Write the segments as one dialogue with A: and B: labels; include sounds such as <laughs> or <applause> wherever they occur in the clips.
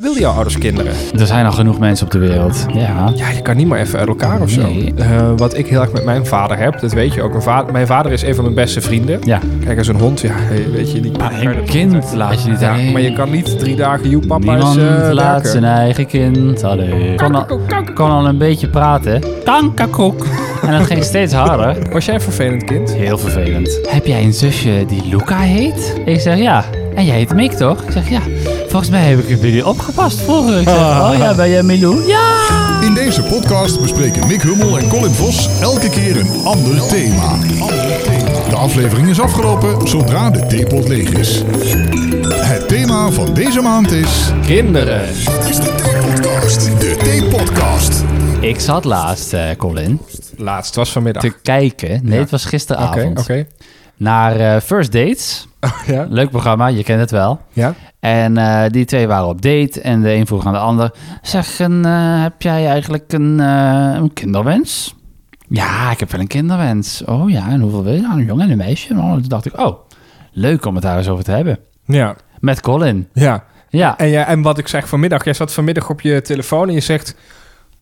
A: wilden jouw ouders kinderen?
B: Er zijn al genoeg mensen op de wereld. Ja.
A: Ja, je kan niet maar even uit elkaar of zo.
B: Nee.
A: Eh, wat ik heel erg met mijn vader heb, dat weet je ook. Mijn, va- mijn vader is een van mijn beste vrienden.
B: Ja. Ah,
A: Kijk, als een hond, ja, hey, weet je, die...
B: Maar een kind laat je niet
A: Ja,
B: alleen.
A: maar je kan niet drie dagen joe papa is
B: Niemand
A: eh,
B: laat
A: werken.
B: zijn eigen kind alleen. Kon al, kon al een beetje praten. Kankerkoek. En dat ging steeds harder.
A: Was jij een vervelend kind?
B: Heel vervelend. Heb jij een zusje die Luca heet? Ik zeg ja. En jij heet Mick toch? Ik zeg ja. Volgens mij heb ik het bij jullie opgepast vroeger. Ik zeg, oh ja, ben jij Milou? Ja!
C: In deze podcast bespreken Nick Hummel en Colin Vos elke keer een ander thema. De aflevering is afgelopen zodra de theepot leeg is. Het thema van deze maand is...
A: Kinderen.
C: Het is de theepodcast. De theepodcast.
B: Ik zat laatst, eh, Colin,
A: Laatst was vanmiddag.
B: te
A: Oké,
B: kijken. Nee, het was gisteravond.
A: oké. Oh,
B: Naar eh, First Dates.
A: Ja?
B: Leuk programma, je kent het wel.
A: Ja?
B: En eh, die twee waren op date en de een vroeg aan de ander... Zeg, en, eh, heb jij eigenlijk een, eh, een kinderwens? Ja, ik heb wel een kinderwens. Oh ja, en hoeveel wil je? Nou, een jongen en een meisje. Oh, toen dacht ik, oh, leuk om het daar eens over te hebben.
A: Ja.
B: Met Colin.
A: Ja.
B: Ja,
A: En, ja, en wat ik zeg vanmiddag, jij zat vanmiddag op je telefoon en je zegt...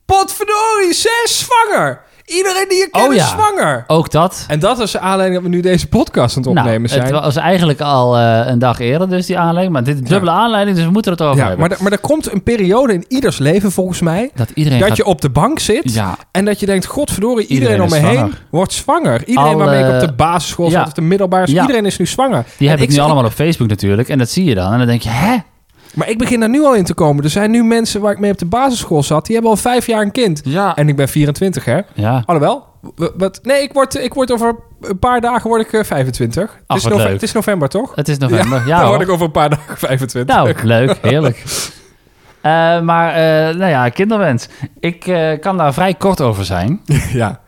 A: Potverdorie, zij is zwanger! Iedereen die je kent
B: Oh
A: is
B: ja.
A: zwanger!
B: ook dat.
A: En dat is de aanleiding dat we nu deze podcast aan het opnemen
B: nou,
A: zijn.
B: het was eigenlijk al eh, een dag eerder dus die aanleiding. Maar dit is dubbele aanleiding, dus we moeten het over
A: ja,
B: hebben.
A: maar, er- maar er komt een periode in ieders leven volgens mij...
B: dat iedereen
A: dat
B: gaat-
A: je op de bank zit
B: Ja.
A: en dat je denkt... Godverdorie, iedereen,
B: Iedereen
A: om
B: is
A: me heen
B: zwanger.
A: wordt zwanger. Iedereen
B: Alle-
A: waarmee ik op de basisschool
B: Ja.
A: zat of de middelbare school...
B: Ja.
A: Iedereen is nu zwanger.
B: Die
A: En
B: heb ik
A: ik
B: nu
A: zit-
B: allemaal op Facebook natuurlijk. En dat zie je dan. En dan denk je, hè?
A: Maar ik begin daar nu al in te komen. Er zijn nu mensen waar ik mee op de basisschool zat... die hebben al vijf jaar een kind.
B: Ja.
A: En ik ben 24, hè?
B: Ja.
A: Alhoewel, w- wat, nee, ik word, ik word over een paar dagen word ik eh, 25. het,
B: Ach,
A: is
B: wat
A: nove-
B: leuk.
A: het is november, toch?
B: Het is november. Ja,
A: Dan
B: hoor.
A: word ik over een paar dagen <laughs> 25.
B: Nou, leuk.
A: <laughs>
B: Heerlijk. Eh, maar, eh, nou ja, kinderwens. Ik eh, kan daar vrij kort over zijn.
A: Ja,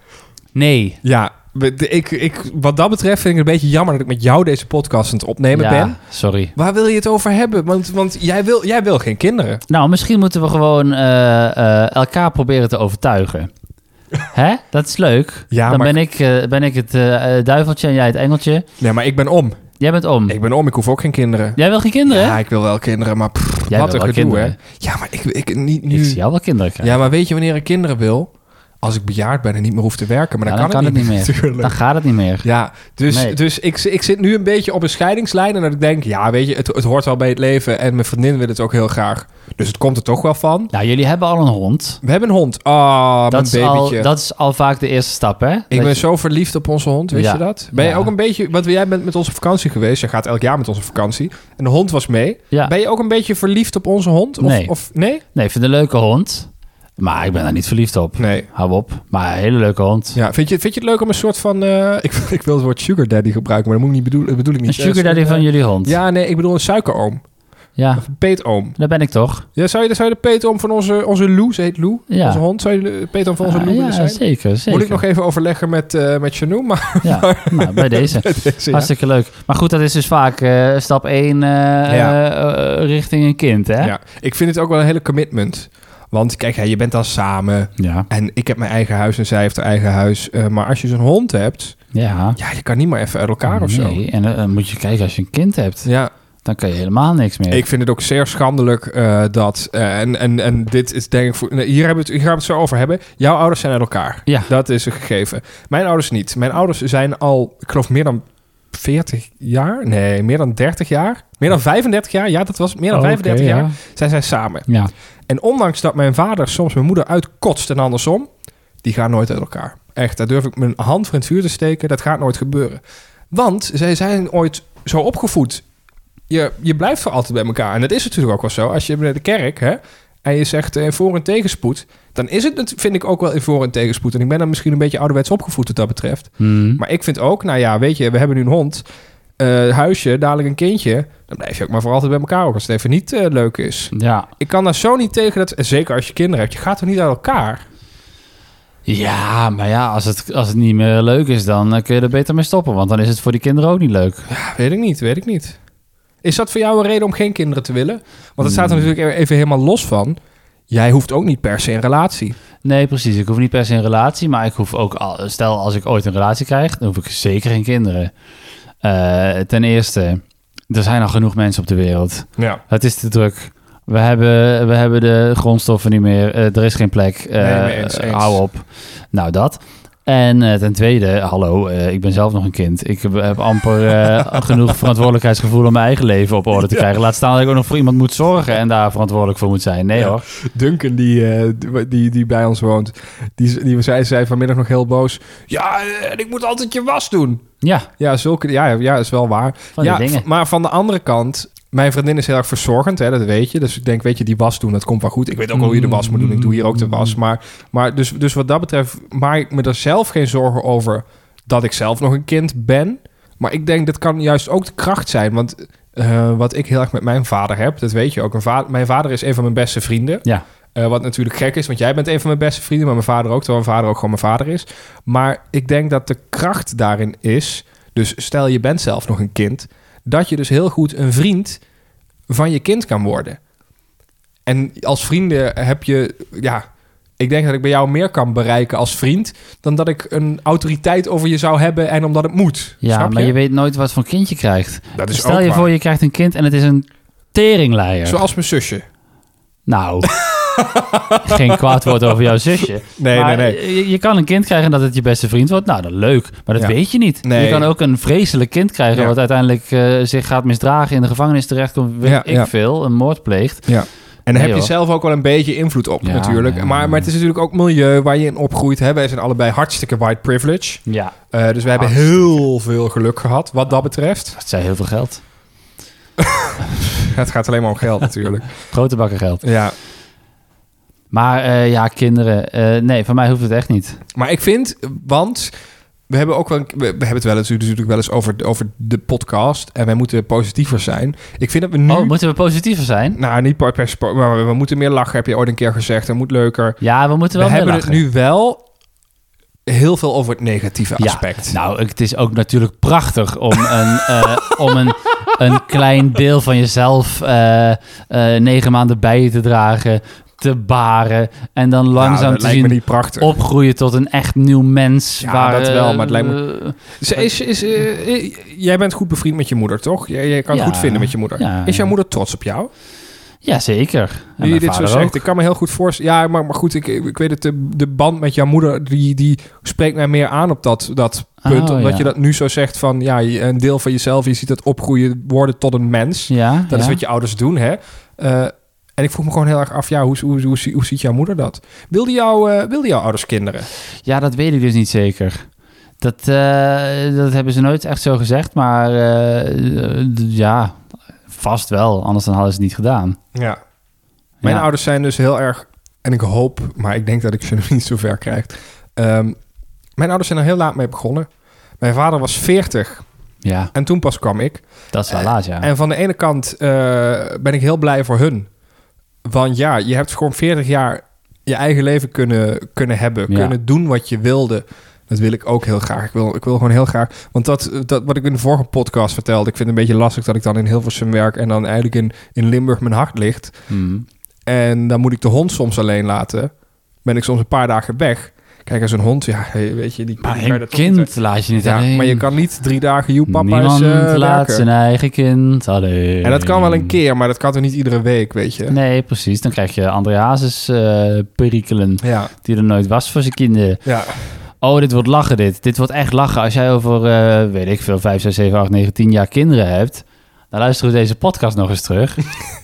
B: Nee.
A: ja. we- de- Ik, ik, wat dat betreft vind ik het een beetje jammer dat ik met jou deze podcast aan het opnemen
B: ja,
A: ben.
B: sorry.
A: Waar wil je het over hebben? Want, want jij, wil, jij wil geen kinderen.
B: Nou, misschien moeten we gewoon eh, eh, elkaar proberen te
A: <laughs>
B: overtuigen. Hè? Dat is leuk.
A: Ja,
B: dan
A: maar-
B: ben, ik, eh, ben ik het eh, eh, duiveltje en jij het engeltje.
A: Nee, maar ik ben om.
B: Jij bent om.
A: Ik ben om, ik hoef ook geen kinderen.
B: Jij wil geen kinderen?
A: Ja, ik wil wel kinderen, maar pff,
B: Jij
A: wat
B: wil
A: een
B: wel
A: gedoe, hè.
B: kinderen.
A: Ja, maar ik, ik niet nu...
B: Ik zie jou wel kinderen krijgen.
A: ja, maar weet je wanneer ik kinderen wil? Als ik bejaard ben en niet meer hoef te werken. Maar dan,
B: Ja,
A: kan, het niet <laughs> meer.
B: Dan gaat het niet meer.
A: Ja, dus,
B: Nee.
A: dus ik, ik zit nu een beetje op een scheidingslijn. En dat ik denk, ja, weet je, het, het hoort wel bij het leven. En mijn vriendin wil het ook heel graag. Dus het komt er toch wel van.
B: Nou, jullie hebben al een hond.
A: We hebben een hond. Ah,
B: Dat is,
A: mijn
B: al,
A: babytje.
B: dat is al vaak de eerste stap, hè?
A: ik
B: Dat
A: ben
B: je-
A: zo verliefd op onze hond, weet
B: Ja.
A: je dat? Ben je
B: Ja.
A: ook een beetje... Want jij bent met ons op vakantie geweest. Jij gaat elk jaar met ons op vakantie. En de hond was mee.
B: Ja.
A: Ben je ook een beetje verliefd op onze hond? Of,
B: Nee.
A: Of, nee?
B: Nee, ik vind het een leuke hond. Maar ik ben daar niet verliefd op.
A: Nee.
B: Hou op. Maar een hele leuke hond.
A: Ja, vind, je, vind je het leuk om een soort van... eh, <laughs> ik, ik wil het woord sugar daddy gebruiken, maar dat moet ik niet bedoelen, bedoel ik niet. Eh,
B: Een sugar daddy van jullie hond. Ah.
A: Ja, nee, ik bedoel een suikeroom.
B: ja.
A: Of een peetoom.
B: Daar ben ik toch?
A: Ja, zou je, zou je de peetoom van onze, onze Lou, ze heet Lou,
B: Ja.
A: onze hond, zou je de peetoom van onze
B: Ah,
A: Lou willen
B: ja,
A: zijn?
B: zeker, zeker.
A: Moet ik nog even overleggen met, eh met Janoe, maar <laughs>
B: Ja, nou, bij deze.
A: deze, ja.
B: Hartstikke leuk. Maar goed, dat is dus vaak eh, stap 1
A: Ja.
B: eh, richting een kind, hè?
A: ja, ik vind het ook wel een hele commitment. Want kijk, hè, je bent dan samen
B: Ja.
A: en ik heb mijn eigen huis en zij heeft haar eigen huis. Eh, maar als je zo'n hond hebt,
B: Ja.
A: ja, je kan niet maar even uit elkaar of zo.
B: Nee, en eh, dan moet je kijken als je een kind hebt.
A: Ja,
B: Dan kan je helemaal niks meer.
A: ik vind het ook zeer schandelijk eh, dat, eh, en, en, en dit is denk ik, voor, nee, hier, hebben we het, hier gaan we het zo over hebben. Jouw ouders zijn uit elkaar.
B: Ja.
A: Dat is een gegeven. Mijn ouders niet. Mijn ouders zijn al, ik geloof, meer dan 40 jaar. Nee, meer dan 30 jaar. Meer dan 35 jaar. Ja, dat was het. meer dan
B: Oh, Oké,
A: 35
B: ja.
A: jaar. Zijn zij samen.
B: Ja.
A: En ondanks dat mijn vader soms mijn moeder uitkotst en andersom, die gaan nooit uit elkaar. Echt, daar durf ik mijn hand voor in het vuur te steken. Dat gaat nooit gebeuren. Want zij zijn ooit zo opgevoed. Je, je blijft voor altijd bij elkaar. En dat is natuurlijk ook wel zo. Als je bij de kerk hè, en je zegt eh, voor en tegenspoed, dan is het, nat- vind ik ook wel in voor en tegenspoed. En ik ben dan misschien een beetje ouderwets opgevoed wat dat betreft.
B: Hmm.
A: Maar ik vind ook, nou ja, weet je, we hebben nu een hond, eh, huisje, dadelijk een kindje. Dan blijf je ook maar voor altijd bij elkaar, ook als het even niet eh, leuk is.
B: Ja.
A: Ik kan daar zo niet tegen dat, zeker als je kinderen hebt, je gaat toch niet uit elkaar?
B: Ja, maar ja, als het, als het niet meer leuk is, dan eh, kun je er beter mee stoppen. Want dan is het voor die kinderen ook niet leuk.
A: Ja, weet ik niet, weet ik niet. Is dat voor jou een reden om geen kinderen te willen? Want het staat er natuurlijk e- even helemaal los van. Jij hoeft ook niet per se een relatie.
B: Nee, precies. Ik hoef niet per se een relatie, maar ik hoef ook... Al, stel, als ik ooit een relatie krijg, dan hoef ik zeker geen kinderen. Eh, ten eerste, er zijn al genoeg mensen op de wereld.
A: Ja.
B: Het is te druk. We hebben, we hebben de grondstoffen niet meer. eh, er is geen plek. eh,
A: Nee, mee eens, eens.
B: Hou op. Nou, dat. En eh, ten tweede, hallo, eh, ik ben zelf nog een kind. Ik heb, heb amper eh,
A: <laughs>
B: genoeg verantwoordelijkheidsgevoel om mijn eigen leven op orde te krijgen. Laat staan dat ik ook nog voor iemand moet zorgen en daar verantwoordelijk voor moet zijn. Nee
A: Ja.
B: hoor.
A: Duncan, die, eh, die- die, die bij ons woont, die, die zei, zei vanmiddag nog heel boos... Ja, eh, en ik moet altijd je was doen.
B: Ja,
A: Ja, zulke, ja, ja is wel waar.
B: van
A: ja,
B: die dingen.
A: v- Maar van de andere kant, mijn vriendin is heel erg verzorgend, hè, dat weet je. Dus ik denk, weet je, die was doen, dat komt wel goed. Ik weet ook wel hoe je de was moet doen. Ik doe hier ook de was. Maar, maar dus, dus wat dat betreft maak ik me er zelf geen zorgen over dat ik zelf nog een kind ben. Maar ik denk, dat kan juist ook de kracht zijn. Want eh, wat ik heel erg met mijn vader heb, dat weet je ook. Een va- mijn vader is een van mijn beste vrienden.
B: Ja.
A: Eh, wat natuurlijk gek is, want jij bent een van mijn beste vrienden, maar mijn vader ook, terwijl mijn vader ook gewoon mijn vader is. Maar ik denk dat de kracht daarin is, dus stel je bent zelf nog een kind, dat je dus heel goed een vriend van je kind kan worden. En als vrienden heb je, ja, ik denk dat ik bij jou meer kan bereiken als vriend, dan dat ik een autoriteit over je zou hebben en omdat het moet.
B: Ja,
A: Snap
B: maar je? weet nooit wat voor kind je krijgt.
A: dat is
B: Stel
A: ook
B: je
A: waar.
B: voor, je krijgt een kind en het is een teringleier.
A: Zoals mijn zusje. <laughs>
B: Nou, geen kwaad woord over jouw zusje.
A: Nee,
B: Maar eh,
A: nee, nee.
B: Je, je kan een kind krijgen en dat het je beste vriend wordt. Nou, dat leuk. Maar dat
A: Ja.
B: weet je niet.
A: Nee.
B: Je kan ook een vreselijk kind krijgen
A: Ja.
B: wat uiteindelijk eh, zich gaat misdragen, in de gevangenis terechtkomt, weet
A: Ja,
B: ik
A: ja.
B: veel, een moord pleegt.
A: En daar
B: Nee,
A: heb je
B: hoor.
A: zelf ook wel een beetje invloed op
B: Ja,
A: natuurlijk.
B: nee,
A: maar,
B: nee.
A: maar het is natuurlijk ook milieu waar je in opgroeit. Hè? Wij zijn allebei hartstikke white privilege.
B: Ja,
A: Eh, dus we hebben
B: Hartstikke.
A: heel veel geluk gehad wat dat betreft.
B: dat zijn heel veel geld.
A: <laughs> Het gaat alleen maar om geld natuurlijk.
B: Grote bakken geld.
A: <laughs> Ja.
B: Maar eh, ja, kinderen. eh, nee, van mij hoeft het echt niet.
A: Maar ik vind, want we hebben ook wel, we, we hebben het wel eens, natuurlijk wel eens over, over de podcast. En wij moeten positiever zijn. Ik vind dat we nu...
B: Oh, moeten we positiever zijn?
A: nou, niet per se, maar we- we moeten meer lachen, heb je ooit een keer gezegd. Het moet leuker.
B: Ja, we moeten
A: we
B: wel meer
A: hebben
B: lachen.
A: het nu wel heel veel over het negatieve
B: Ja,
A: aspect.
B: Nou, het is ook natuurlijk prachtig om
A: <laughs>
B: een, eh, om een, een klein deel van jezelf eh, eh, negen maanden bij je te dragen, te baren en dan langzaam
A: Nou, dat
B: te
A: lijkt me
B: zien
A: niet prachtig.
B: opgroeien tot een echt nieuw mens.
A: Ja,
B: waar,
A: dat wel,
B: eh,
A: maar het lijkt
B: eh,
A: Ze is, is, eh, eh, jij bent goed bevriend met je moeder, toch? Jij, jij kan het
B: Ja.
A: goed vinden met je moeder.
B: Ja.
A: Is jouw moeder trots op jou?
B: ja, zeker. En
A: Nu je
B: mijn
A: dit zo
B: vader
A: zegt,
B: ook.
A: ik kan me heel goed voorstellen. Ja, maar, maar goed, ik, ik weet het. De, de band met jouw moeder, die, die spreekt mij meer aan op dat, dat
B: Oh,
A: punt. omdat
B: ja.
A: je dat nu zo zegt van, ja, je- een deel van jezelf, je ziet dat opgroeien worden tot een mens.
B: Ja,
A: Dat is
B: ja.
A: wat je ouders doen, hè? Eh, en ik vroeg me gewoon heel erg af, ja, hoe, hoe, hoe, hoe ziet jouw moeder dat? Wilde, jou, eh wilde jouw ouders kinderen?
B: Ja, dat weet ik dus niet zeker. Dat, eh, dat hebben ze nooit echt zo gezegd, maar eh, eh, d- ja, vast wel. Anders dan hadden ze het niet gedaan.
A: Ja. Mijn
B: Ja.
A: ouders zijn dus heel erg, en ik hoop, maar ik denk dat ik ze <laughs> nog niet zo ver krijg. Ehm, mijn ouders zijn er heel laat mee begonnen. Mijn vader was 40
B: Ja,
A: en toen pas kwam ik.
B: dat is wel laat, ja.
A: Eh, En van de ene kant eh, ben ik heel blij voor hun. Want ja, je hebt gewoon 40 jaar je eigen leven kunnen, kunnen hebben.
B: Ja.
A: Kunnen doen wat je wilde. Dat wil ik ook heel graag. Ik wil, ik wil gewoon heel graag. Want dat, dat wat ik in de vorige podcast vertelde. Ik vind het een beetje lastig dat ik dan in Hilversum werk. En dan eigenlijk in, in Limburg mijn hart ligt.
B: Hmm.
A: En dan moet ik de hond soms alleen laten. Ben ik soms een paar dagen weg. Kijk, als een hond, ja, hey, weet je, die die
B: Maar
A: kan je
B: een
A: dat toch niet-
B: kind laat je niet
A: Ja,
B: alleen.
A: maar je kan niet drie dagen joep papa
B: Niemand
A: is, eh,
B: laat
A: werken.
B: zijn eigen kind alleen.
A: En dat kan wel een keer, maar dat kan toch niet iedere week, weet je?
B: Ehm. Nee, precies. Dan krijg je André Hazes eh, perikelen
A: Ja,
B: die er nooit was voor zijn kinderen.
A: ja,
B: Oh, dit wordt lachen dit. Dit wordt echt lachen. Als jij over, eh, weet ik veel, 5, 6, 7, 8, 9, 10 jaar kinderen hebt... dan luisteren we deze podcast nog eens
A: <laughs>
B: terug.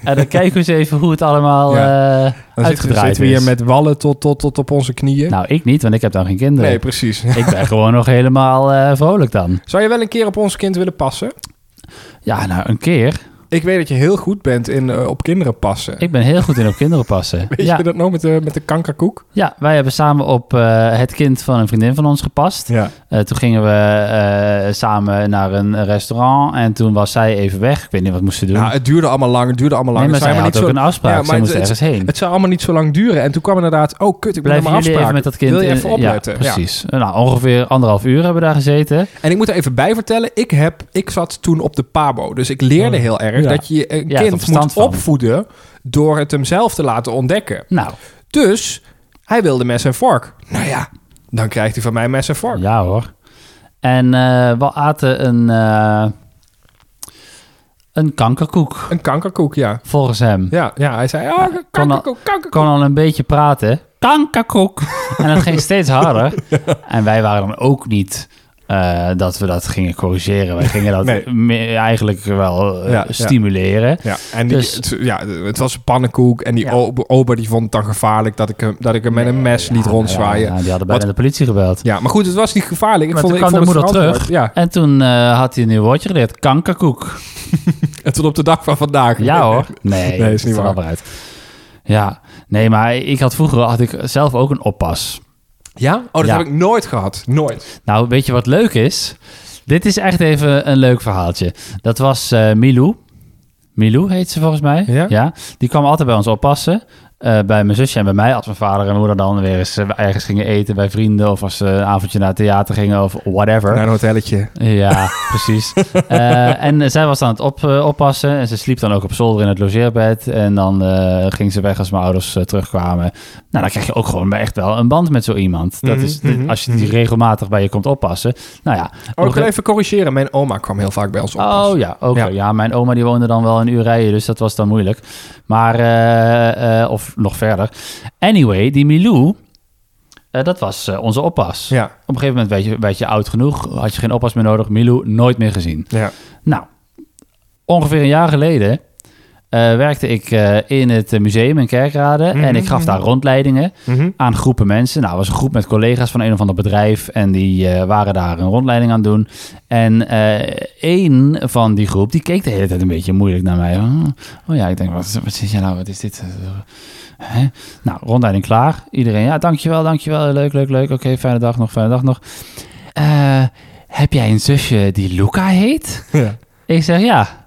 B: en dan kijken we eens even hoe het allemaal eh,
A: dan zitten,
B: uitgedraaid
A: zitten we hier
B: is.
A: met wallen tot, tot, tot op onze knieën.
B: Nou, ik niet, want ik heb dan geen kinderen.
A: nee, precies.
B: ik
A: <laughs>
B: ben gewoon nog helemaal eh, vrolijk dan.
A: Zou je wel een keer op ons kind willen passen?
B: Ja, nou, een keer.
A: Ik weet dat je heel goed bent in eh, op kinderen passen.
B: Ik ben heel goed in op kinderen passen.
A: weet
B: ja.
A: je dat nog met de, met de kankerkoek?
B: Ja, wij hebben samen op eh, het kind van een vriendin van ons gepast.
A: Ja.
B: Eh, toen gingen we eh, samen naar een restaurant en toen was zij even weg. Ik weet niet wat moest ze doen.
A: Nou, het duurde allemaal lang, het duurde allemaal lang.
B: nee, maar
A: Het
B: zij
A: zijn
B: had
A: niet
B: ook
A: zo...
B: een afspraak.
A: Ja, maar
B: zij
A: het-
B: moest
A: het-
B: ergens heen.
A: Het zou allemaal niet zo lang duren. En toen kwam inderdaad, oh kut, ik ben
B: Blijf
A: op mijn
B: jullie even
A: afspraak.
B: met dat kind.
A: Wil je
B: in-
A: even opletten?
B: Ja,
A: Ja.
B: precies. Nou, ongeveer anderhalf uur hebben we daar gezeten.
A: En ik moet er even bij vertellen, ik, heb, ik zat toen op de PABO. Dus ik leerde heel erg
B: Oh. Ja.
A: dat je een
B: Ja, er
A: kind
B: verstand
A: moet
B: van.
A: opvoeden door het hem zelf te laten ontdekken.
B: Nou,
A: Dus hij wilde mes en vork. Nou ja, dan krijgt hij van mij mes en vork.
B: ja hoor. En eh, we aten een... eh, Een kankerkoek,
A: Een kankerkoek, ja.
B: volgens hem.
A: Ja, ja hij zei, oh, kankerkoek, kankerkoek.
B: Kon al een beetje praten. Kankerkoek! En dat ging steeds
A: <laughs>
B: harder. En wij waren dan ook niet eh, dat we dat gingen corrigeren. Wij gingen dat
A: Nee.
B: meer eigenlijk wel eh,
A: Ja, ja.
B: stimuleren.
A: Ja, en die,
B: Dus-
A: het, ja, het was een pannenkoek. En die
B: Ja.
A: ober, ober die vond het dan gevaarlijk dat ik hem, dat ik hem met een mes liet
B: Ja,
A: rondzwaaien.
B: ja,
A: Ja,
B: ja, die hadden bijna
A: Wat-
B: de politie gebeld.
A: maar goed, het was niet gevaarlijk. Ik
B: Maar
A: vond,
B: toen
A: ik
B: kwam
A: vond
B: de
A: het
B: moeder
A: verantwoord. Ja,
B: En toen eh, had hij een nieuw woordje geleerd. Kankerkoek.
A: en tot op de dag van vandaag.
B: Ja hoor. Nee,
A: <laughs> Nee,
B: dat
A: is niet
B: er
A: waar.
B: wel weer uit. Ja, nee, maar ik had vroeger had ik zelf ook een oppas.
A: Ja? Oh, dat
B: Ja.
A: heb ik nooit gehad. Nooit.
B: Nou, weet je wat leuk is? Dit is echt even een leuk verhaaltje. Dat was eh, Milou. Milou heet ze volgens mij.
A: Ja.
B: Die kwam altijd bij ons oppassen. Eh, bij mijn zusje en bij mij. Als mijn vader en moeder dan weer eens eh, ergens gingen eten bij vrienden. Of als ze een avondje naar het theater gingen of whatever.
A: Naar een hotelletje.
B: Ja, <laughs> precies. Eh, en zij was aan het op, eh, oppassen. En ze sliep dan ook op zolder in het logeerbed. En dan eh, ging ze weg als mijn ouders eh, terugkwamen. Nou, dan krijg je ook gewoon echt wel een band met zo iemand. Dat
A: Mhm,
B: is, de-
A: mhm,
B: als je die regelmatig bij je komt oppassen. Nou ja.
A: Oh, ik
B: nog
A: wil
B: een-
A: even corrigeren. Mijn oma kwam heel vaak bij ons op.
B: Oh ja, ook
A: Ja.
B: wel. ja, mijn oma die woonde dan wel een uur rijden, dus dat was dan moeilijk. Maar, eh, eh, of nog verder. Anyway, die Milou, eh, dat was eh, onze oppas.
A: Ja,
B: Op een gegeven moment werd je, werd je oud genoeg, had je geen oppas meer nodig. Milou, nooit meer gezien.
A: ja.
B: Nou, ongeveer een jaar geleden eh, werkte ik eh, in het eh, museum in Kerkrade. En ik gaf daar rondleidingen
A: Mhm.
B: aan groepen mensen. Nou, het was een groep met collega's van een of ander bedrijf. En die eh, waren daar een rondleiding aan het doen. En eh één van die groep, die keek de hele tijd een beetje moeilijk naar mij. Oh, oh ja, ik denk, wat, wat zit jij nou? Wat is dit? Hè? Nou, rondleiding klaar. Iedereen, ja, dankjewel, dankjewel. Leuk, leuk, leuk. Oké, fijne dag nog, fijne dag nog. Eh, heb jij een zusje die Luca heet?
A: ja.
B: Ik zeg ja.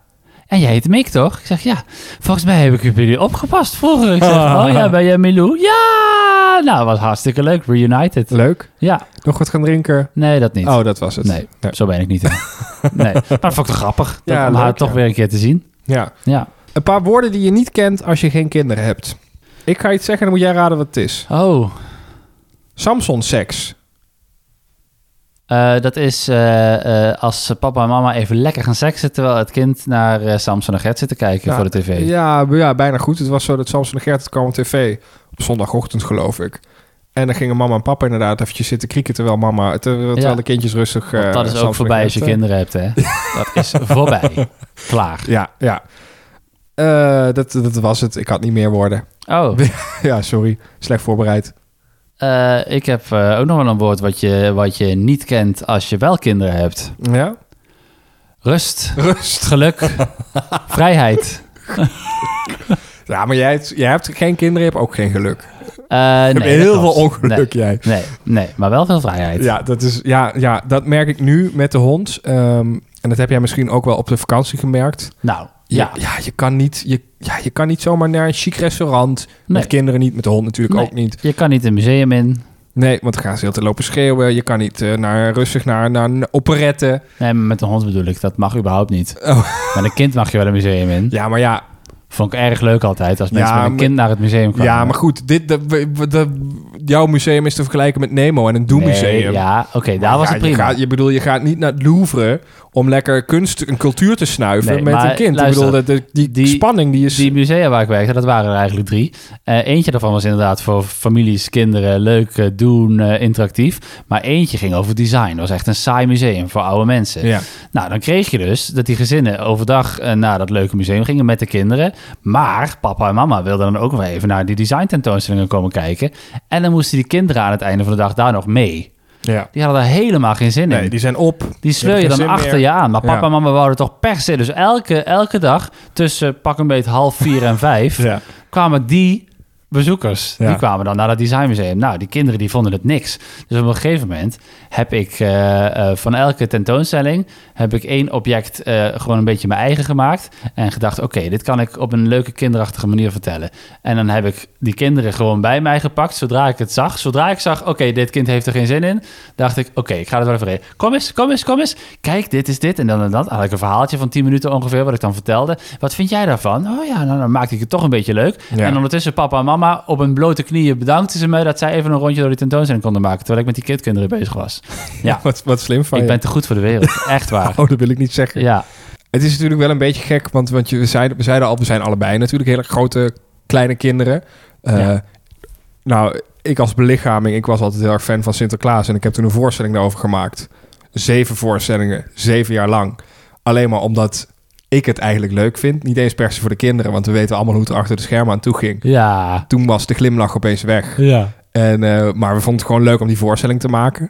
B: En jij heet Mick, toch? Ik zeg ja. Volgens mij heb ik op jullie opgepast vroeger. Ik zeg, oh
A: <laughs>
B: ja, ben jij Milou? Ja! Nou, was hartstikke leuk. Reunited.
A: Leuk.
B: Ja,
A: Nog wat gaan drinken?
B: nee, dat niet.
A: Oh, dat was het.
B: Nee. Zo ben ik niet.
A: <laughs>
B: hè. nee. Maar dat vond ik toch grappig. Dat,
A: Ja,
B: om
A: leuk,
B: haar toch
A: ja.
B: weer een keer te zien.
A: Ja.
B: Ja.
A: Een paar woorden die je niet kent als je geen kinderen hebt. Ik ga iets zeggen, dan moet jij raden wat het is.
B: Oh,
A: Samson seks.
B: eh, dat is eh, eh, als papa en mama even lekker gaan seksen... terwijl het kind naar eh, Samson en Gert zit te kijken
A: Ja,
B: voor de tv.
A: Ja, b- ja, bijna goed. Het was zo dat Samson en Gert kwamen op tv op zondagochtend, geloof ik. En dan gingen mama en papa inderdaad eventjes zitten krieken terwijl mama, ter- terwijl
B: Ja.
A: de kindjes rustig. eh,
B: Want dat is
A: Samson en
B: ook voorbij als je
A: Gert, eh,
B: kinderen hebt, hè? Dat is voorbij.
A: <laughs>
B: Klaar.
A: Ja, ja. Eh, dat, dat was het. Ik had niet meer woorden. <laughs>
B: Oh.
A: ja, sorry. Slecht voorbereid.
B: Eh, ik heb eh, ook nog wel een woord wat je, wat je niet kent als je wel kinderen hebt.
A: Ja?
B: Rust,
A: Rust. <laughs>
B: geluk, vrijheid.
A: Ja, maar jij, hebt- jij hebt geen kinderen, je hebt ook geen geluk.
B: Eh,
A: Je
B: nee,
A: hebt
B: dat
A: heel
B: klopt.
A: veel ongeluk, jij.
B: Nee, nee, nee, maar wel veel vrijheid.
A: Ja, dat is, ja, ja, dat merk ik nu met de hond. Ehm, en dat heb jij misschien ook wel op de vakantie gemerkt.
B: Nou,
A: Je-
B: ja.
A: ja, je kan niet, je, ja, je kan niet zomaar naar een chic restaurant.
B: Nee.
A: Met kinderen niet, met de hond natuurlijk
B: Nee.
A: ook niet.
B: Je kan niet een museum in.
A: Nee, want dan gaan ze heel te lopen schreeuwen. Je kan niet eh, naar, rustig naar, naar een operette.
B: Nee, maar met een hond bedoel ik, dat mag überhaupt niet.
A: <laughs> Oh.
B: Met een kind mag je wel een museum in.
A: Ja, maar ja,
B: Vond ik erg leuk altijd, als mensen
A: Ja,
B: met een
A: maar-
B: kind naar het museum kwamen.
A: ja maar goed. Dit, dat- we- we- dat- jouw museum is te vergelijken met Nemo en een
B: Nee,
A: Doe-museum.
B: Ja, oké, daar
A: Maar
B: was
A: ja,
B: het prima.
A: Je, gaat, je bedoel, je gaat niet naar het Louvre om lekker kunst en cultuur te snuiven
B: Nee,
A: met
B: maar
A: een kind.
B: luister,
A: ik bedoel, dat- dat- die,
B: die-
A: spanning die is...
B: Die musea waar ik werkte, dat waren er eigenlijk drie. Eh, eentje daarvan was inderdaad voor families, kinderen, leuk eh, doen, eh, interactief. Maar eentje ging over design. Dat was echt een saai museum voor oude mensen.
A: ja.
B: Nou, dan kreeg je dus dat die gezinnen overdag eh, naar dat leuke museum gingen met de kinderen. Maar papa en mama wilden dan ook wel even naar die design tentoonstellingen komen kijken. En dan moesten die kinderen aan het einde van de dag daar nog mee.
A: ja.
B: Die hadden daar helemaal geen zin in.
A: Nee, die zijn op.
B: Die sleur
A: Die
B: je
A: hebben
B: dan
A: geen zin
B: achter
A: meer.
B: je aan. Maar papa
A: Ja.
B: en mama wouden toch per se. Dus elke, elke dag tussen pak een beet half vier
A: <laughs>
B: en vijf...
A: Ja.
B: kwamen die bezoekers.
A: Ja.
B: Die kwamen dan naar dat designmuseum. Nou, die kinderen die vonden het niks. Dus op een gegeven moment heb ik eh, eh, van elke tentoonstelling... heb ik één object eh, gewoon een beetje mijn eigen gemaakt. En gedacht, oké, dit kan ik op een leuke kinderachtige manier vertellen. En dan heb ik die kinderen gewoon bij mij gepakt... zodra ik het zag. Zodra ik zag, oké, dit kind heeft er geen zin in... dacht ik, oké, ik ga het wel even regelen. Kom eens, kom eens, kom eens. Kijk, dit is dit en dan en dat. Had ik een verhaaltje van 10 minuten ongeveer... wat ik dan vertelde. Wat vind jij daarvan? Oh ja, nou, dan maakte ik het toch een beetje leuk.
A: Ja.
B: En ondertussen papa en mama op hun blote knieën bedankten ze me dat zij even een rondje door die tentoonstelling konden maken terwijl ik met die kindkinderen bezig was. Ja,
A: Wat, wat slim van
B: ik
A: je. <laughs>
B: ben te goed voor de wereld. Echt waar.
A: Oh, dat wil ik niet zeggen.
B: Ja.
A: Het is natuurlijk wel een beetje gek, want, want je, we, zeiden, we zeiden al, we zijn allebei natuurlijk hele grote kleine kinderen. Eh,
B: Ja.
A: Nou, ik als belichaming, ik was altijd heel erg fan van Sinterklaas en ik heb toen een voorstelling daarover gemaakt. Zeven voorstellingen, zeven jaar lang. Alleen maar omdat ik het eigenlijk leuk vind. Niet eens per se voor de kinderen, want we weten allemaal hoe het er achter de schermen aan toe ging.
B: Ja.
A: Toen was de glimlach opeens weg.
B: Ja.
A: En, eh, maar we vonden het gewoon leuk om die voorstelling te maken.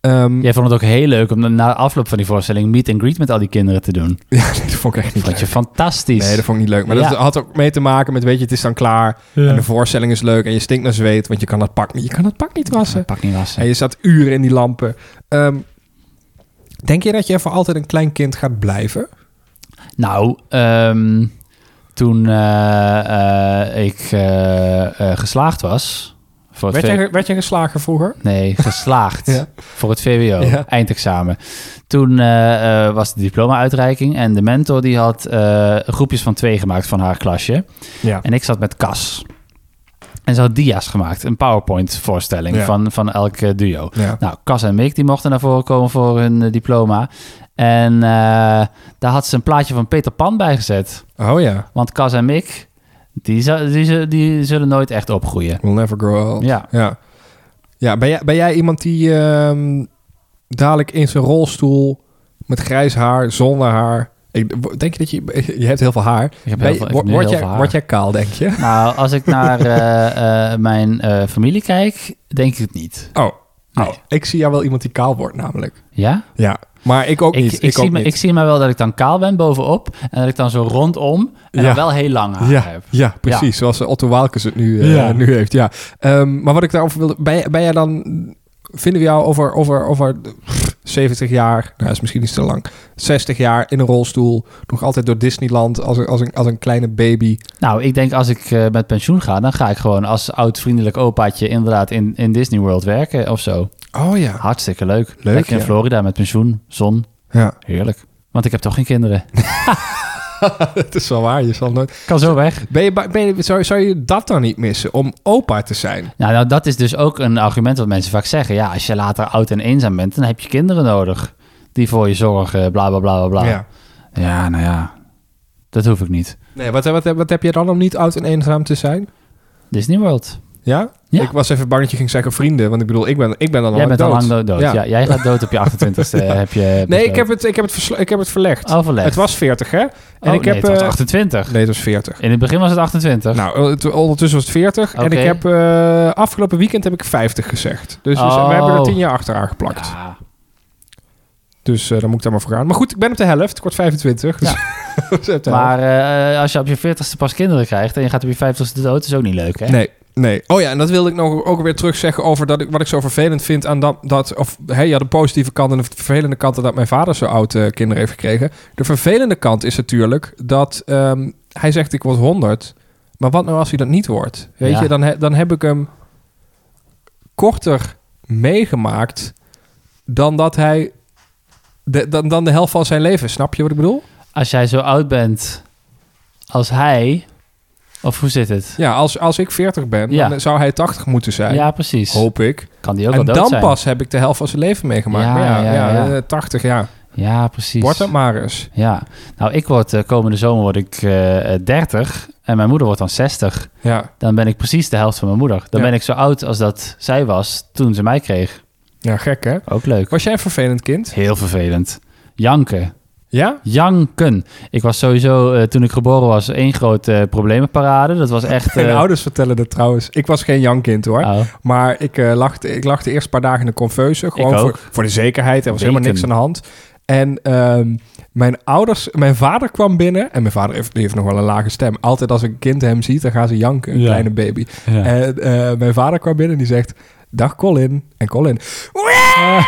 A: Ehm,
B: Jij vond het ook heel leuk om na afloop van die voorstelling meet and greet met al die kinderen te doen.
A: ja, <laughs> dat vond ik echt
B: Dat
A: niet
B: vond je
A: leuk.
B: fantastisch.
A: Nee, dat vond ik niet leuk. Maar
B: Ja.
A: dat had ook mee te maken met, weet je, het is dan klaar. En de voorstelling is leuk en je stinkt naar zweet, want je kan dat pak niet, je kan dat pak niet wassen.
B: Pak niet wassen.
A: En je staat uren in die lampen. Ehm, denk je dat je voor altijd een klein kind gaat blijven?
B: Nou, ehm, toen eh, eh, ik eh, eh, geslaagd was. Voor het
A: Werd
B: V-
A: jij, werd jij geslagen vroeger? <laughs>
B: Nee, geslaagd
A: Ja.
B: voor het VWO,
A: Ja.
B: eindexamen. Toen eh, eh, was de diploma-uitreiking en de mentor die had eh, groepjes van twee gemaakt van haar klasje.
A: Ja.
B: En ik zat met Cas. En ze had dia's gemaakt, een PowerPoint-voorstelling
A: Ja.
B: van, van elk eh, duo.
A: ja.
B: Nou, Cas en Mick die mochten naar voren komen voor hun eh, diploma. En eh, daar had ze een plaatje van Peter Pan bij gezet.
A: Oh ja.
B: Want Cas en Mick, die, zu- die, zu- die zullen nooit echt opgroeien.
A: We'll never grow old.
B: Ja.
A: Ja. Ja, ben jij, ben jij iemand die ehm, dadelijk in zijn rolstoel met grijs haar, zonder haar... Ik, denk je dat je... Je hebt heel veel haar.
B: Ik heb
A: Ben
B: heel
A: je-
B: veel, ik heb
A: word,
B: nu
A: word
B: heel
A: jij,
B: veel haar.
A: word jij kaal, denk je?
B: Nou, als ik naar eh, eh, mijn eh, familie kijk, denk ik het niet.
A: Oh.
B: Nee.
A: Oh, ik zie jou wel iemand die kaal wordt namelijk.
B: Ja?
A: Ja, maar ik ook
B: Ik,
A: niet.
B: ik,
A: ook
B: zie me, ik
A: niet.
B: zie maar wel dat ik dan kaal ben bovenop. En dat ik dan zo rondom en
A: Ja.
B: dan wel heel lang haar
A: ja,
B: Ah, heb.
A: ja, precies. Zoals eh, Otto Waalkes het nu, eh,
B: Ja.
A: nu heeft. Ja. Ehm, maar wat ik daarover wilde... Ben, jij- ben jij dan... Vinden we jou over, over, over pff, 70 jaar... Nou, dat is misschien iets te lang. 60 jaar in een rolstoel. Nog altijd door Disneyland als een, als een, als een kleine baby.
B: Nou, ik denk als ik eh, met pensioen ga, dan ga ik gewoon als oud vriendelijk opaatje inderdaad in, in Disney World werken of zo.
A: Oh ja.
B: Hartstikke leuk.
A: Leuk,
B: Lekker in
A: ja.
B: Florida met pensioen, zon.
A: Ja, <laughs>
B: Heerlijk. Want ik heb toch geen kinderen.
A: dat is wel waar. Je zal nooit...
B: Kan zo weg.
A: Ben je, ba- ben je, zou, zou je dat dan niet missen? Om opa te zijn?
B: Nou, nou, dat is dus ook een argument wat mensen vaak zeggen. Ja, als je later oud en eenzaam bent, dan heb je kinderen nodig. Die voor je zorgen, bla bla bla bla bla.
A: Ja.
B: Ja, nou ja. Dat hoef ik niet.
A: Nee, wat, wat, wat heb je dan om niet oud en eenzaam te zijn?
B: Disney World.
A: Ja?
B: Ja.
A: Ik was even bang dat je ging zeggen vrienden, want ik bedoel, ik ben, ik ben dan al
B: Jij bent
A: dood.
B: al lang do- dood. Ja. jij gaat dood op je
A: <laughs>
B: 28ste. heb je
A: Nee, ik
B: besloten.
A: heb het, ik heb het, versla- ik heb het verlegd.
B: overleg.
A: Het was 40, hè? En
B: Oh,
A: ik
B: nee,
A: heb,
B: het was
A: eh,
B: 28.
A: Nee, het was 40.
B: In het begin was het 28.
A: Nou, het- ondertussen was het 40. En
B: Oké.
A: ik heb eh, afgelopen weekend heb ik 50 gezegd. Dus, dus
B: Oh.
A: we hebben er 10 jaar achter aangeplakt.
B: Ja.
A: Dus eh dan moet ik daar maar voor gaan. Maar goed, ik ben op de helft. Ik word 25. Dus <laughs> we zijn op de
B: Maar eh, als je op je 40ste pas kinderen krijgt en je gaat op je 50ste dood, is ook niet leuk, hè?
A: Nee, nee. Oh ja, en dat wilde ik nog ook weer terugzeggen over dat ik, wat ik zo vervelend vind aan dat. dat of hey, ja, de positieve kant en de vervelende kant dat mijn vader zo oud eh, kinderen heeft gekregen. De vervelende kant is natuurlijk dat ehm, hij zegt: Ik word 100. Maar wat nou als hij dat niet wordt? Weet
B: Ja.
A: je, dan, he- dan heb ik hem korter meegemaakt dan dat hij. De, dan, dan de helft van zijn leven, snap je wat ik bedoel?
B: Als jij zo oud bent als hij, of hoe zit het?
A: Ja, als, als ik 40 ben,
B: Ja.
A: dan zou hij 80 moeten zijn.
B: Ja, precies.
A: Hoop ik.
B: Kan die ook
A: en
B: al dood
A: dan
B: zijn?
A: pas heb ik de helft van zijn leven meegemaakt.
B: Ja,
A: Maar Ja,
B: ja,
A: ja,
B: ja.
A: eh, 80 jaar.
B: Ja, precies.
A: Wordt dat maar eens.
B: Ja. Nou, ik word eh, komende zomer word ik eh, eh, 30 en mijn moeder wordt dan 60.
A: Ja,
B: Dan ben ik precies de helft van mijn moeder. Dan
A: Ja.
B: ben ik zo oud als dat zij was toen ze mij kreeg.
A: ja gek hè?
B: Ook leuk.
A: Was jij een vervelend kind?
B: Heel vervelend. Janken.
A: Ja?
B: Janken. Ik was sowieso, eh, toen ik geboren was, één grote eh, problemenparade. Dat was
A: <laughs>
B: echt...
A: Mijn
B: eh,
A: ouders vertellen dat trouwens. Ik was geen jankkind hoor.
B: oh.
A: Maar ik, eh, lachte, ik lachte eerst een paar dagen in de confeuse. Gewoon
B: ook.
A: voor, voor de zekerheid. Er was
B: Weken.
A: helemaal niks aan de hand. En ehm, mijn ouders, mijn vader kwam binnen. En mijn vader heeft, die heeft nog wel een lage stem. Altijd als een kind hem ziet, dan gaan ze janken. Een
B: Ja.
A: kleine baby.
B: Ja.
A: En eh, mijn vader kwam binnen en die zegt... Dag Colin. En Colin...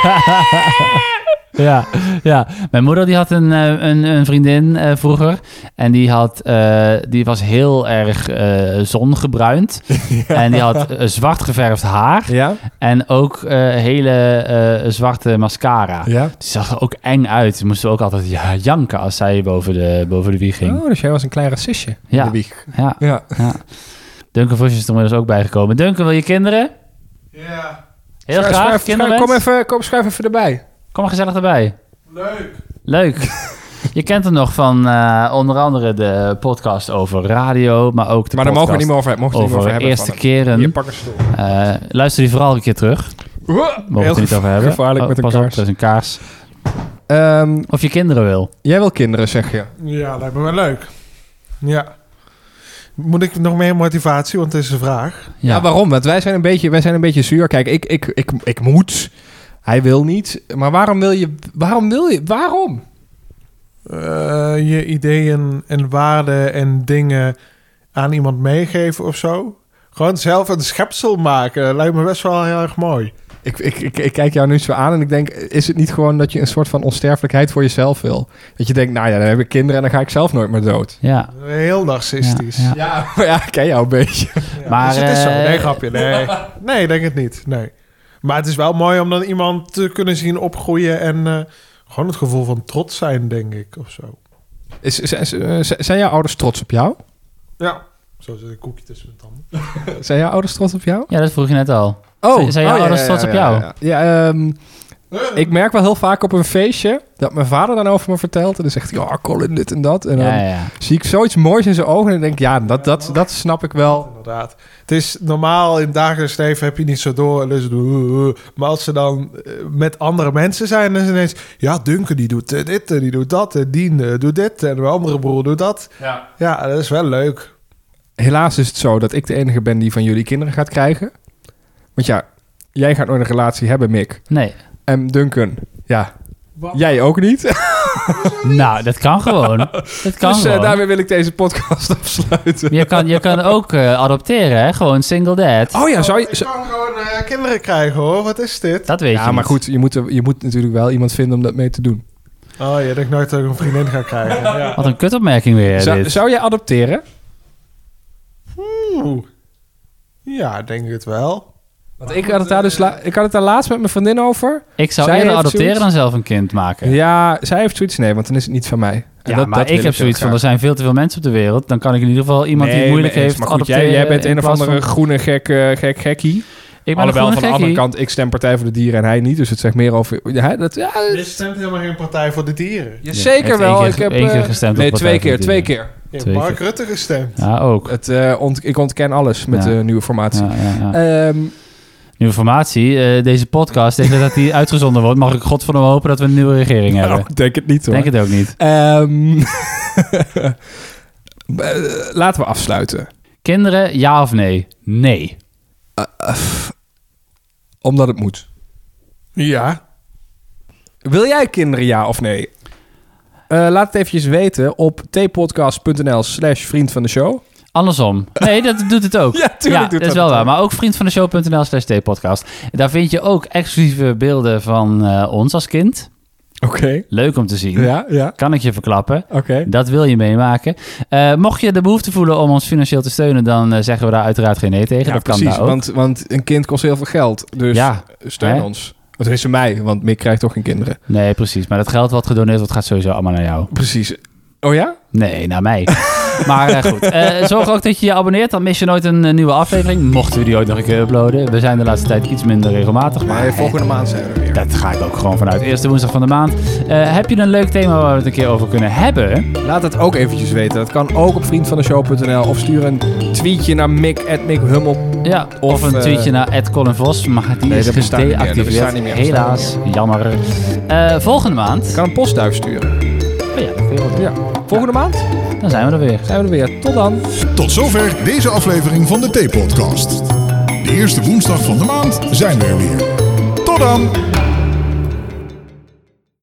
B: <laughs> Ja, ja, mijn moeder die had een, eh, een, een vriendin eh, vroeger. En die, had, eh, die was heel erg eh,
A: <laughs>
B: zongebruind. En die had eh, zwart geverfd haar.
A: Ja?
B: En ook eh, hele eh, zwarte mascara.
A: Ja?
B: Die zag er ook eng uit. Ze moesten ook altijd ja, janken als zij boven de, boven de wieg ging.
A: Oh, dus jij was een klein racistje
B: Ja.
A: in de wieg.
B: Ja,
A: Ja.
B: ja. Duncan Vos is er inmiddels ook bijgekomen. Duncan, wil je kinderen? Ja. Heel
A: Schuif-
B: graag,
A: schuif-
B: kinderwens.
A: Kom even, kom, schuif even erbij.
B: Kom maar gezellig erbij. Leuk. <laughs> Leuk. Je kent hem nog van eh, onder andere de podcast over radio, maar ook de
A: maar daar mogen we niet
B: podcast
A: meer over, mogen we niet meer
B: over
A: over hebben.
B: eerste
A: van hem.
B: keren.
A: Hier, pak een stoel.
B: Eh, luister die vooral een keer terug. Mogen we het er niet
A: gevaar-
B: over hebben.
A: gevaarlijk met een
B: Oh, pas op, dus-
A: kaars.
B: dat is een kaars.
A: Ehm,
B: Of je kinderen wil.
A: jij wil kinderen, zeg je.
D: Ja, lijkt me wel leuk. Ja. Moet ik nog meer motivatie? Want het is een vraag.
A: Ja. waarom? Want wij zijn een beetje, wij zijn een beetje zuur. Kijk, ik, ik, ik, ik moet. Hij wil niet. Maar waarom wil je... Waarom wil je... Waarom?
D: Eh, je ideeën en waarden en dingen aan iemand meegeven of zo. Gewoon zelf een schepsel maken. Lijkt me best wel heel erg mooi.
A: Ik, ik, ik, ik kijk jou nu zo aan en ik denk... Is het niet gewoon dat je een soort van onsterfelijkheid voor jezelf wil? Dat je denkt, nou ja, dan heb ik kinderen en dan ga ik zelf nooit meer dood.
B: ja.
D: Heel narcistisch.
B: Ja, ja.
A: Ja, maar <laughs> ja, ik ken jou een beetje.
D: Ja,
B: Maar,
D: dus het is zo.
B: eh,
D: Nee,
B: <laughs>
D: grapje. Nee. nee, denk het niet. Nee. Maar het is wel mooi om dan iemand te kunnen zien opgroeien en eh, gewoon het gevoel van trots zijn, denk ik, of zo.
A: Is, zijn, zijn jouw ouders trots op <laughs> jou?
D: Ja. Zo zit een koekje tussen mijn tanden.
A: Zijn jouw ouders trots op jou?
B: Ja, dat vroeg je net al.
A: Oh,
B: Zijn- zijn jouw ouders trots op jou?
A: Ja, ja, ehm, ik merk wel heel vaak op een feestje dat mijn vader dan over me vertelt. En dan zegt hij, ja, Colin, dit en dat. En dan
B: Ja, ja, ja.
A: zie ik zoiets moois in zijn ogen en dan denk ik, ja, dat, dat, dat snap ik wel.
D: Inderdaad. Het is normaal in het dagelijks leven heb je niet zo door. Dus, doe- maar als ze dan eh, met andere mensen zijn, dan is het ineens... Ja, Duncan die doet eh, dit, en die doet dat, en die eh, doet dit, en mijn andere broer doet dat.
A: Ja.
D: Ja, dat is wel leuk.
A: Helaas is het zo dat ik de enige ben die van jullie kinderen gaat krijgen. Want ja, jij gaat nooit een relatie hebben, Mick.
B: Nee.
A: En Duncan, ja,
D: Wat?
A: jij ook niet.
B: Nou, dat kan
A: <laughs>
B: gewoon. Dat kan
A: dus eh,
B: gewoon.
A: daarmee wil ik deze podcast <laughs> afsluiten.
B: Je kan, je kan ook eh, adopteren, hè? Gewoon single dad.
A: Oh ja, zou je...
D: Ik kan gewoon eh, kinderen krijgen, hoor. Wat is dit?
B: Dat weet je
A: Ja, maar
B: niet.
A: goed, je moet, er- je moet natuurlijk wel iemand vinden om dat mee te doen.
D: Oh, je denkt nooit dat ik een vriendin ga krijgen. <laughs> Ja.
B: Wat een kutopmerking weer
A: zou,
B: dit.
A: zou jij adopteren?
D: Oeh. Ja, denk ik het wel.
A: Want ik had, het daar dus la- ik had het daar laatst met mijn vriendin over.
B: Ik zou
A: Zij
B: eerder
A: heeft
B: adopteren
A: zoiets-
B: dan zelf een kind maken. Ja,
A: Ja, zij heeft zoiets. Nee, want dan is het niet van mij. En dat-
B: maar
A: dat wil
B: ik heb
A: heel
B: zoiets van,
A: graag.
B: er zijn veel te veel mensen op de wereld. Dan kan ik in ieder geval iemand die het
A: Nee,
B: moeilijk
A: mee eens.
B: heeft
A: Maar goed, jij,
B: adopteren
A: jij bent
B: in
A: een of
B: plaats
A: andere
B: van-
A: groene gek, eh, gek gekkie.
B: Ik ben een
A: Alhoewel,
B: groene
A: van de andere
B: gekkie.
A: kant, ik stem Partij voor de Dieren en hij niet. Dus het zegt meer over... Ja, dat, ja,
D: Je stemt helemaal geen partij voor de dieren.
A: Dus- ja,
B: Ja,
A: zeker
B: heeft
A: wel.
B: één keer
A: ik
B: ge-
A: heb,
B: één keer
A: eh,
B: gestemd op
A: Nee,
B: Partij
A: twee
B: voor de
A: keer. Twee
B: Dieren.
A: keer.
D: Je
B: Twee
D: hebt Mark
B: keer.
D: Rutte gestemd.
B: Ja, ook.
A: Het, eh, ont- ik ontken alles met
B: Ja.
A: de nieuwe formatie.
B: Ja, ja, ja.
A: Ehm, <laughs>
B: Nu informatie, eh, deze podcast, tegen dat die <laughs> uitgezonden wordt, mag ik godverdomme hopen dat we een nieuwe regering
A: nou,
B: hebben.
A: ik denk het niet hoor.
B: Denk het ook niet.
A: Ehm, <laughs> eh, laten we afsluiten.
B: Kinderen, ja of nee? Nee.
A: Omdat het moet.
D: Ja.
A: Wil jij kinderen, ja of nee? Eh, laat het eventjes weten op tpodcast.nl slash vriend van de show.
B: Andersom. Nee, dat <laughs> doet het
A: <laughs>
B: ook.
A: Ja, tuurlijk doet
B: dat
A: dat
B: is wel
A: het
B: waar.
A: ook.
B: Maar ook vriendvandeshow.nl slash podcast. Daar vind je ook exclusieve beelden van eh, ons als kind.
A: Oké.
B: Leuk om te zien.
A: Ja, ja.
B: Kan ik je verklappen.
A: Oké.
B: Dat wil je meemaken. Eh, mocht je de behoefte voelen om ons financieel te steunen, dan eh, zeggen we daar uiteraard geen nee tegen.
A: Ja,
B: dat kan
A: precies.
B: daar ook.
A: Want, want een kind kost heel veel geld. Dus
B: Ja,
A: steun
B: hè?
A: ons. Want er is een mij, want Mick krijgt toch geen kinderen.
B: Nee, precies. Maar dat geld wat gedoneerd wordt, gaat sowieso allemaal naar jou.
A: Precies. Oh ja?
B: Nee, naar
A: <laughs>
B: mij. maar eh, goed, Eh, zorg ook dat je je abonneert. Dan mis je nooit een eh, nieuwe aflevering. Mochten we die ooit nog een keer uploaden. We zijn de laatste tijd iets minder regelmatig. Maar
A: Maar
B: eh,
A: volgende maand zijn we er weer.
B: dat ga ik ook gewoon vanuit. Eerste woensdag van de maand. Eh, heb je een leuk thema waar we het een keer over kunnen hebben?
A: Laat het ook eventjes weten. Dat kan ook op vriendvandeshow.nl of stuur een tweetje naar Mick, at Mick Hummel.
B: Ja, of,
A: Of,
B: een
A: eh,
B: tweetje naar Colin Vos. Maar die
A: Nee,
B: is
A: dat bestaat niet meer. Dat
B: gedeactiveerd.
A: bestaat niet meer.
B: Helaas, jammer. Eh, volgende maand.
A: Kan een postduif sturen.
B: Oh ja, dat kun je ook doen.
A: Ja. Volgende maand
B: dan zijn we er weer.
A: zijn we er weer. Tot dan.
C: Tot zover deze aflevering van de T-podcast. De eerste woensdag van de maand zijn we er weer. Tot dan!